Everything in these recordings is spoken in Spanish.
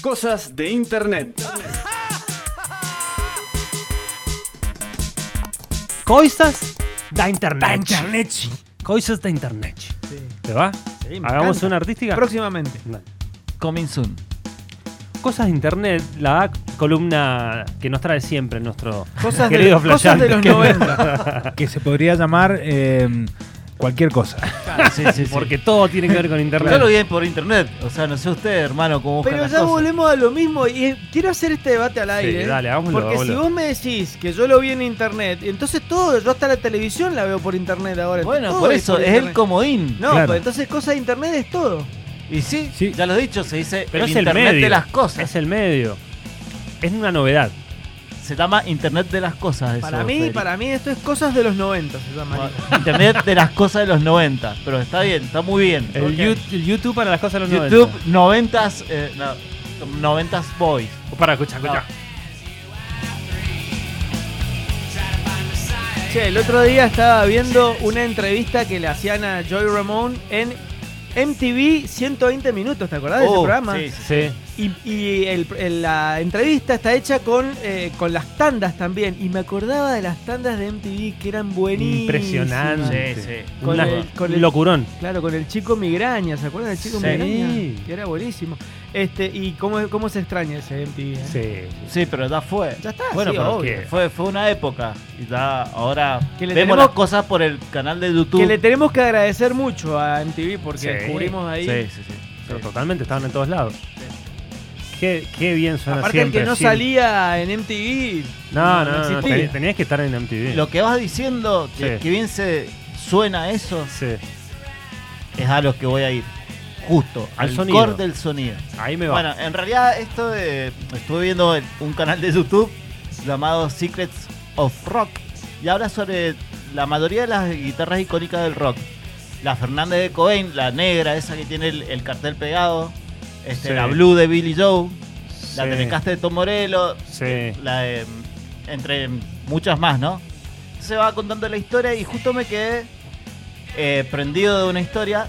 cosas de Internet. Coisas da internet. Internet. Sí. Coisas da internet. ¿Te va? me Hagamos encanta. una artística. Próximamente. Dale. Coming soon. Cosas de internet, la columna que nos trae siempre nuestro Cosas de, querido cosas de los flasheante. 90. Que se podría llamar eh, cualquier cosa. Porque todo tiene que ver con Yo lo internet. vi por internet. O sea, no sé usted, hermano, cómo busca Pero las ya cosas. volvemos a lo mismo y eh, quiero hacer este debate al aire. ¿eh? dale, hagámoslo, Porque si hagámoslo. vos me decís que yo lo vi en internet, entonces todo, yo hasta la televisión la veo por internet ahora. Bueno, todo por eso, es el internet. comodín. No, Claro. pues entonces cosas de internet es todo. Y sí, Sí. ya lo he dicho, se dice Pero el es el internet medio. de las cosas. Es el medio. Es una novedad. Se llama internet de las cosas. eso, Para mí, Federico. para mí esto es cosas de los 90, se llama. Internet de las cosas de los 90. Pero está bien, está muy bien. El, Ok. Yu- el YouTube para las cosas de los YouTube 90. 90s, eh, no, 90s Boys. Para, escucha, escucha. Che, el otro día estaba viendo una entrevista que le hacían a Joy Ramone en MTV 120 minutos, ¿te acordás de ese Oh, programa? sí, sí. Sí. Y, y el- el- la entrevista está hecha con, eh, con las tandas también. Y me acordaba de las tandas de MTV que eran buenísimas. Impresionante. Sí, sí. Con Una- el- con un el- locurón. Claro, con el chico migraña, ¿se acuerdan del chico Sí. migraña? Que era buenísimo. Este, y cómo, cómo se extraña ese MTV. ¿eh? Sí. Sí, pero ya fue. Ya está, Bueno, sí, pero obvio. que- Fue, fue una época. Y ya ahora Que le vemos tenemos- las cosas por el canal de YouTube. Que le tenemos que agradecer mucho a MTV porque Sí. descubrimos ahí. Sí, sí, sí. Pero totalmente, estaban en todos lados. Qué, qué bien suena Aparte, siempre. el que no siempre. salía en MTV. No, no, no no, existía. teni- tenías que estar en MTV. Lo que vas diciendo, que, Sí. que bien se suena eso, Sí, es a lo que voy a ir. Justo, Al al sonido. core del sonido. ahí me va. Bueno, en realidad esto de... Estuve viendo el- un canal de YouTube llamado Secrets of Rock y habla sobre la mayoría de las guitarras icónicas del rock. La Fernández de Cohen, la negra, esa que tiene el, el cartel pegado. Este, Sí. La Blue de Billy Joe. La Sí, Telecaster de Tom Morello. Sí. La de, entre muchas más, ¿no? Se va contando la historia y justo me quedé eh, prendido de una historia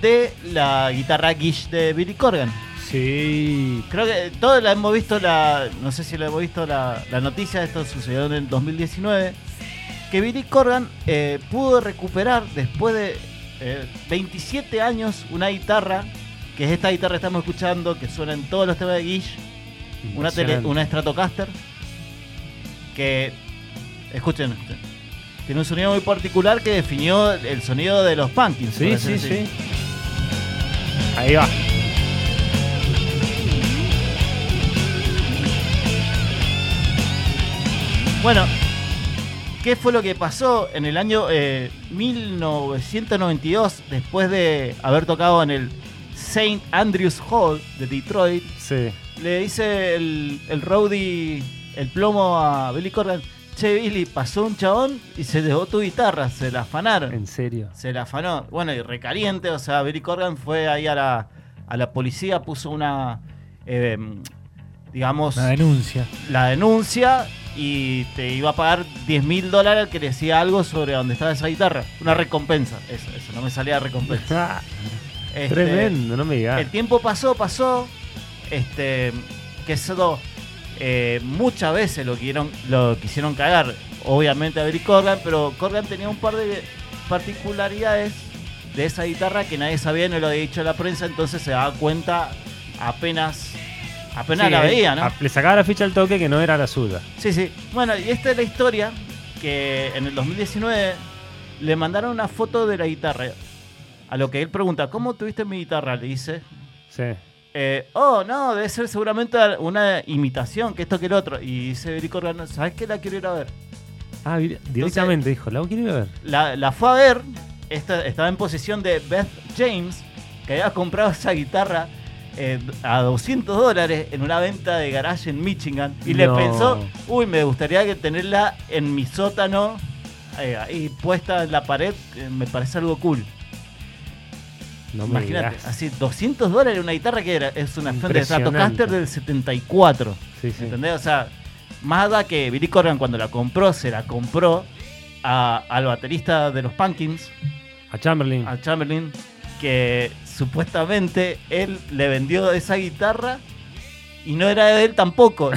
de la guitarra Gish de Billy Corgan. Sí. Creo que todos la hemos visto, la, no sé si la hemos visto la, la noticia, esto sucedió en el 2019, que Billy Corgan eh, pudo recuperar después de eh, 27 años una guitarra, que es esta guitarra que estamos escuchando, que suena en todos los temas de Gish, una, tele- Impresionante. una Stratocaster, que, escuchen, escuchen, tiene un sonido muy particular que definió el sonido de los Pumpkins. por Sí, así sí, decir. sí. Ahí va. Bueno, ¿qué fue lo que pasó en el año eh, 1992 después de haber tocado en el St. Andrews Hall de Detroit? Sí. Le dice el, el roadie, el plomo a Billy Corgan, che Billy, pasó un chabón y se dejó tu guitarra, se la afanaron. En serio. Se la afanó. Bueno, y recaliente, o sea, Billy Corgan fue ahí a la, a la policía, puso una, eh, digamos Una denuncia. la denuncia y te iba a pagar 10 mil dólares al que decía algo sobre dónde estaba esa guitarra. Una recompensa. Eso, eso, no me salía recompensa. Ah, Este, Tremendo, no me El digas. tiempo pasó, pasó. Este, que eso eh, muchas veces lo quisieron, lo quisieron cagar. Obviamente a Billy Corgan, pero Corgan tenía un par de particularidades de esa guitarra que nadie sabía, no lo había dicho la prensa, entonces se daba cuenta apenas, apenas Sí, eh, la veía, ¿no? a- Le sacaba la ficha al toque que no era la suya. Sí, sí. Bueno, y esta es la historia que en el 2019 le mandaron una foto de la guitarra. A lo que él pregunta, ¿cómo tuviste mi guitarra? Le dice, Sí. eh, oh, no, debe ser seguramente una imitación, que esto que el otro. Y dice Billy Corgan, ¿sabes qué? La quiero ir a ver. Ah, vi- directamente dijo, ¿la quiere ver? La, la fue a ver, esta- estaba en posesión de Beth James, que había comprado esa guitarra eh, a 200 dólares en una venta de garage en Michigan. Y le No. pensó, uy, me gustaría que tenerla en mi sótano, eh, ahí puesta en la pared, eh, me parece algo cool. No me Imagínate, digas. así 200 dólares una guitarra que era, es una Fender Impresionante. Stratocaster del 74. Sí, sí. ¿Entendés? O sea, más allá que Billy Corgan cuando la compró, se la compró a- al baterista de los Pumpkins, A Chamberlain. a Chamberlain que supuestamente él le vendió esa guitarra Y no era de él tampoco.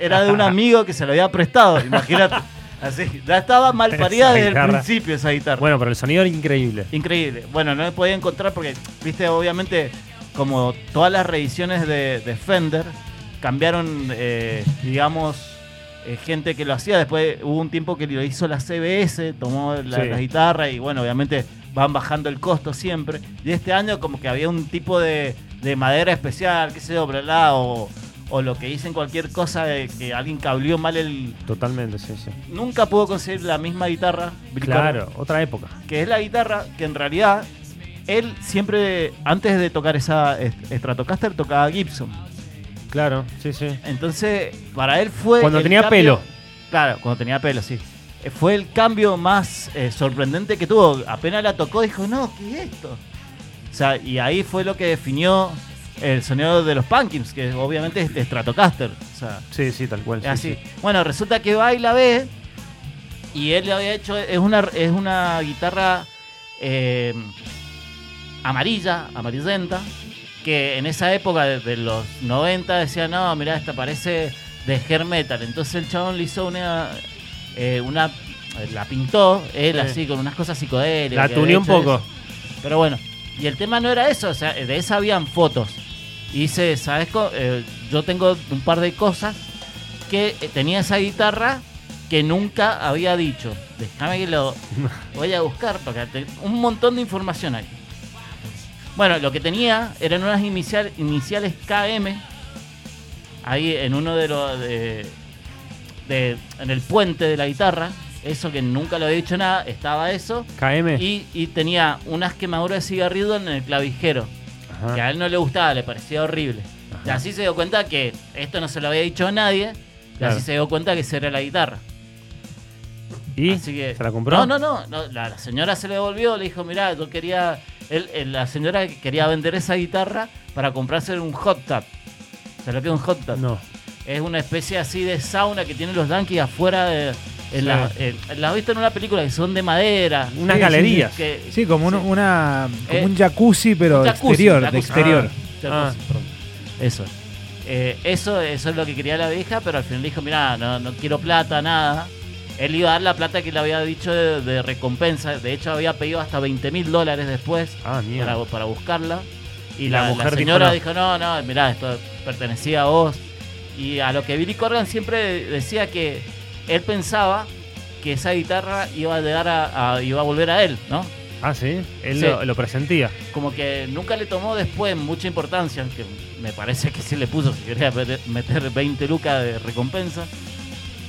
Era de un amigo que se lo había prestado, imagínate. Así, ya estaba mal parida Esa desde el guitarra. principio esa guitarra. Bueno, pero el sonido era increíble. Increíble. Bueno, no me podía encontrar porque, viste, obviamente, como todas las reediciones de, de Fender, cambiaron, eh, digamos, eh, gente que lo hacía. Después hubo un tiempo que lo hizo la CBS, tomó la, Sí. la guitarra y, bueno, obviamente van bajando el costo siempre. Y este año como que había un tipo de, de madera especial, qué sé yo, bla, bla, o, o lo que dicen cualquier cosa de que alguien cableó mal el... Totalmente, sí, sí. Nunca pudo conseguir la misma guitarra. Bricorra Claro, otra época. que es la guitarra que en realidad él siempre, antes de tocar esa est- Stratocaster, tocaba Gibson. Claro, sí, sí. Entonces, para él fue. Cuando el tenía pelo. Claro, cuando tenía pelo, sí. Eh, Fue el cambio más eh, sorprendente que tuvo. Apenas la tocó, dijo, no, ¿qué es esto? O sea, y ahí fue lo que definió el sonido de los Pumpkins, que obviamente es Stratocaster. O sea, Sí, sí, tal cual. sí, Así. sí. Bueno, resulta que va y la ve. Y él le había hecho. Es una, es una guitarra eh, amarilla, amarillenta. Que en esa época, desde los 90, decía: No, mirá, esta parece de hair metal. Entonces el chabón le hizo una. eh, una la pintó él Sí. así con unas cosas psicodélicas. La que de tuneé un hecho es- poco. pero bueno, y el tema no era eso, o sea, de esa habían fotos. Y dice, ¿sabes? co- eh, yo tengo un par de cosas que eh, tenía esa guitarra que nunca había dicho. Déjame que lo voy a buscar porque te- un montón de información hay. Bueno, lo que tenía eran unas inicial- iniciales KM ahí en uno de los de- de- en el puente de la guitarra. Eso que nunca lo había dicho nada, estaba eso. KM. Y, y tenía unas quemaduras de cigarrillo en el clavijero, Ajá. que a él no le gustaba, le parecía horrible. Y así se dio cuenta que esto no se lo había dicho a nadie, y Claro. así se dio cuenta que esa era la guitarra. ¿Y? Así que- ¿Se la compró? No, no, no, no, la, la señora se le devolvió, le dijo, mirá, yo quería, él- él- la señora quería vender esa guitarra para comprarse un hot tub. ¿Se lo que es un hot tub? No. Es una especie así de sauna que tienen los yankees afuera de... en Sí. la, en- la has visto en una película que son de madera. Unas sí, galerías. que- Sí, como, un, una, como Eh, un jacuzzi, pero Un jacuzzi, exterior, jacuzzi. de exterior. Ah, Ah. jacuzzi, perdón. Eso. Eh, eso. Eso es lo que quería la vieja, pero al final dijo, mira, no, no quiero plata, nada. Él iba a dar la plata que le había dicho de, de recompensa. De hecho, había pedido hasta 20 mil dólares después Ah, mierda. para, para buscarla. Y Y la, la la mujer dijo señora no. dijo, no, no, mirá, esto pertenecía a vos. Y a lo que Billy Corgan siempre decía que él pensaba que esa guitarra iba a, llegar a- a- iba a volver a él, ¿no? Ah, sí. Él Sí. Lo, lo presentía. como que nunca le tomó después mucha importancia, aunque me parece que sí le puso, si quería ver- meter 20 lucas de recompensa.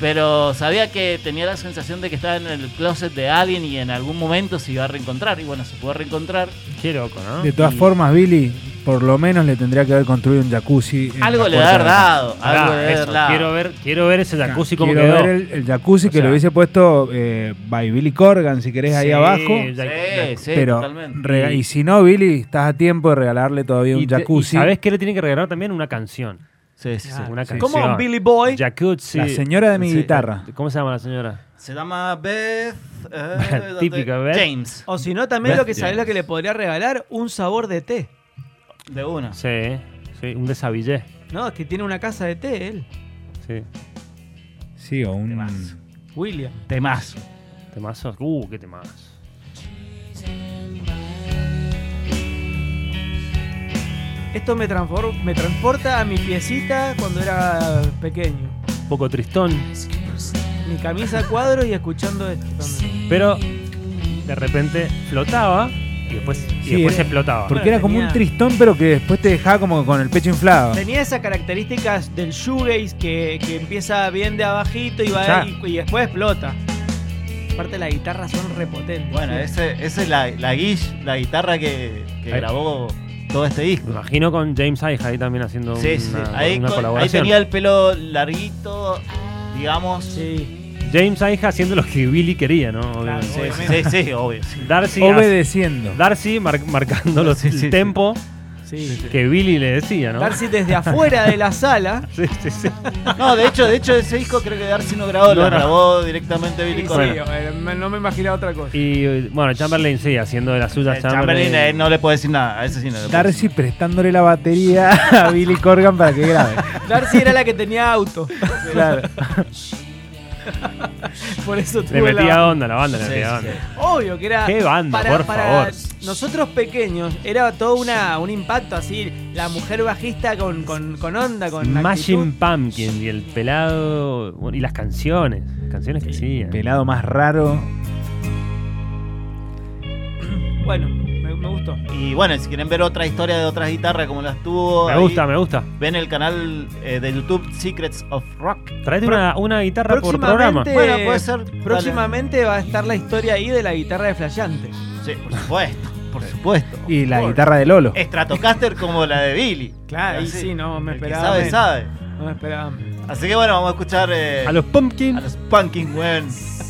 Pero sabía que tenía la sensación de que estaba en el closet de alguien y en algún momento se iba a reencontrar. Y bueno, se pudo reencontrar. Qué loco, ¿no? De todas Y- formas, Billy, por lo menos le tendría que haber construido un jacuzzi. en Algo la le puerta da de la casa. dado, Pará, algo le da eso, quiero, ver, quiero ver ese jacuzzi como Quiero quedó. ver el, el jacuzzi O que sea- lo hubiese puesto eh, by Billy Corgan, si querés, ahí Sí, abajo. ya- ya- Sí, sí, pero, totalmente. rega- y si no, Billy, estás a tiempo de regalarle todavía un te- jacuzzi. ¿Sabes qué le tiene que regalar también? Una canción. Sí, sí, sí. Ah, Una sí. canción. Come on, Billy Boy. Jacuzzi. La señora de mi Sí. guitarra. ¿Cómo se llama la señora? Se llama Beth. eh, Típica, Beth. James. O si no, también lo que Gracias. sabés lo que le podría regalar, un sabor de té. De una. Sí, sí, un desabillé. No, es que tiene una casa de té él, Sí, Sí, o un. Temazo. William. Temazo. temazos. Uh, qué temazos. Esto me, transfor- me transporta a mi piecita cuando era pequeño. Un poco tristón, Mi camisa a cuadros y escuchando esto también. pero de repente flotaba y después, y Sí, después eh, explotaba. Porque era como un Tenía- tristón, pero que después te dejaba como con el pecho Ah. inflado. Tenía esas características del shoegaze que, que empieza bien de abajito y, va Ya. y, y después explota. Aparte las guitarras son repotentes. Bueno, ese- esa es la, la guish, la guitarra que, que Ahí. grabó todo este Me disco. imagino con James Iha ahí también haciendo Sí, una, sí. Ahí, una con- ahí colaboración. tenía el pelo larguito, digamos. Sí. James Iha haciendo lo que Billy quería, ¿no? Obviamente. Sí, sí, sí, obvio. sí. Darcy, Obedeciendo. Darcy mar- marcando los- Sí, sí, sí. el tempo. Sí. Que Billy le decía, ¿no? Darcy desde afuera de la sala. Sí, sí, sí. No, de hecho, de hecho ese disco creo que Darcy no grabó, lo No, no. grabó directamente Billy Sí, Corgan. sí, eh, me- no me imaginaba otra cosa. Y eh, bueno, Chamberlain sí, haciendo de las suyas Eh, Chamberlain. Chamberlain eh, no le puedo decir nada, a ese sí no le puedo decir Darcy prestándole la batería a Billy Corgan para que grabe. Darcy era la que tenía auto. Claro. Por eso Le tuvo metía la- onda la banda, le Sí, metía sí, onda. sí. Obvio que era. Qué banda, por favor. Nosotros pequeños era todo una, un impacto así. La mujer bajista con, con, con onda, con. actitud. Machine Pumpkin y el pelado. bueno, y las canciones. Canciones que hacían. Pelado más raro. Bueno, me, me gustó. Y bueno, si quieren ver otra historia de otras guitarras como las tuvo, Me ahí gusta, me gusta. ven el canal eh, de YouTube Secrets of Rock. Traete una, una guitarra por programa. Próximamente, Bueno, puede ser. dale. próximamente va a estar la historia ahí de la guitarra de Flayante. Sí, por supuesto, por supuesto. Y la Por- guitarra de Lolo. Stratocaster como la de Billy. Claro, ahí Así, sí, no me el que esperaba. sabe, menos. sabe. No me esperaba. menos. Así que bueno, vamos a escuchar eh, A los Pumpkin. a los Punkin, weón.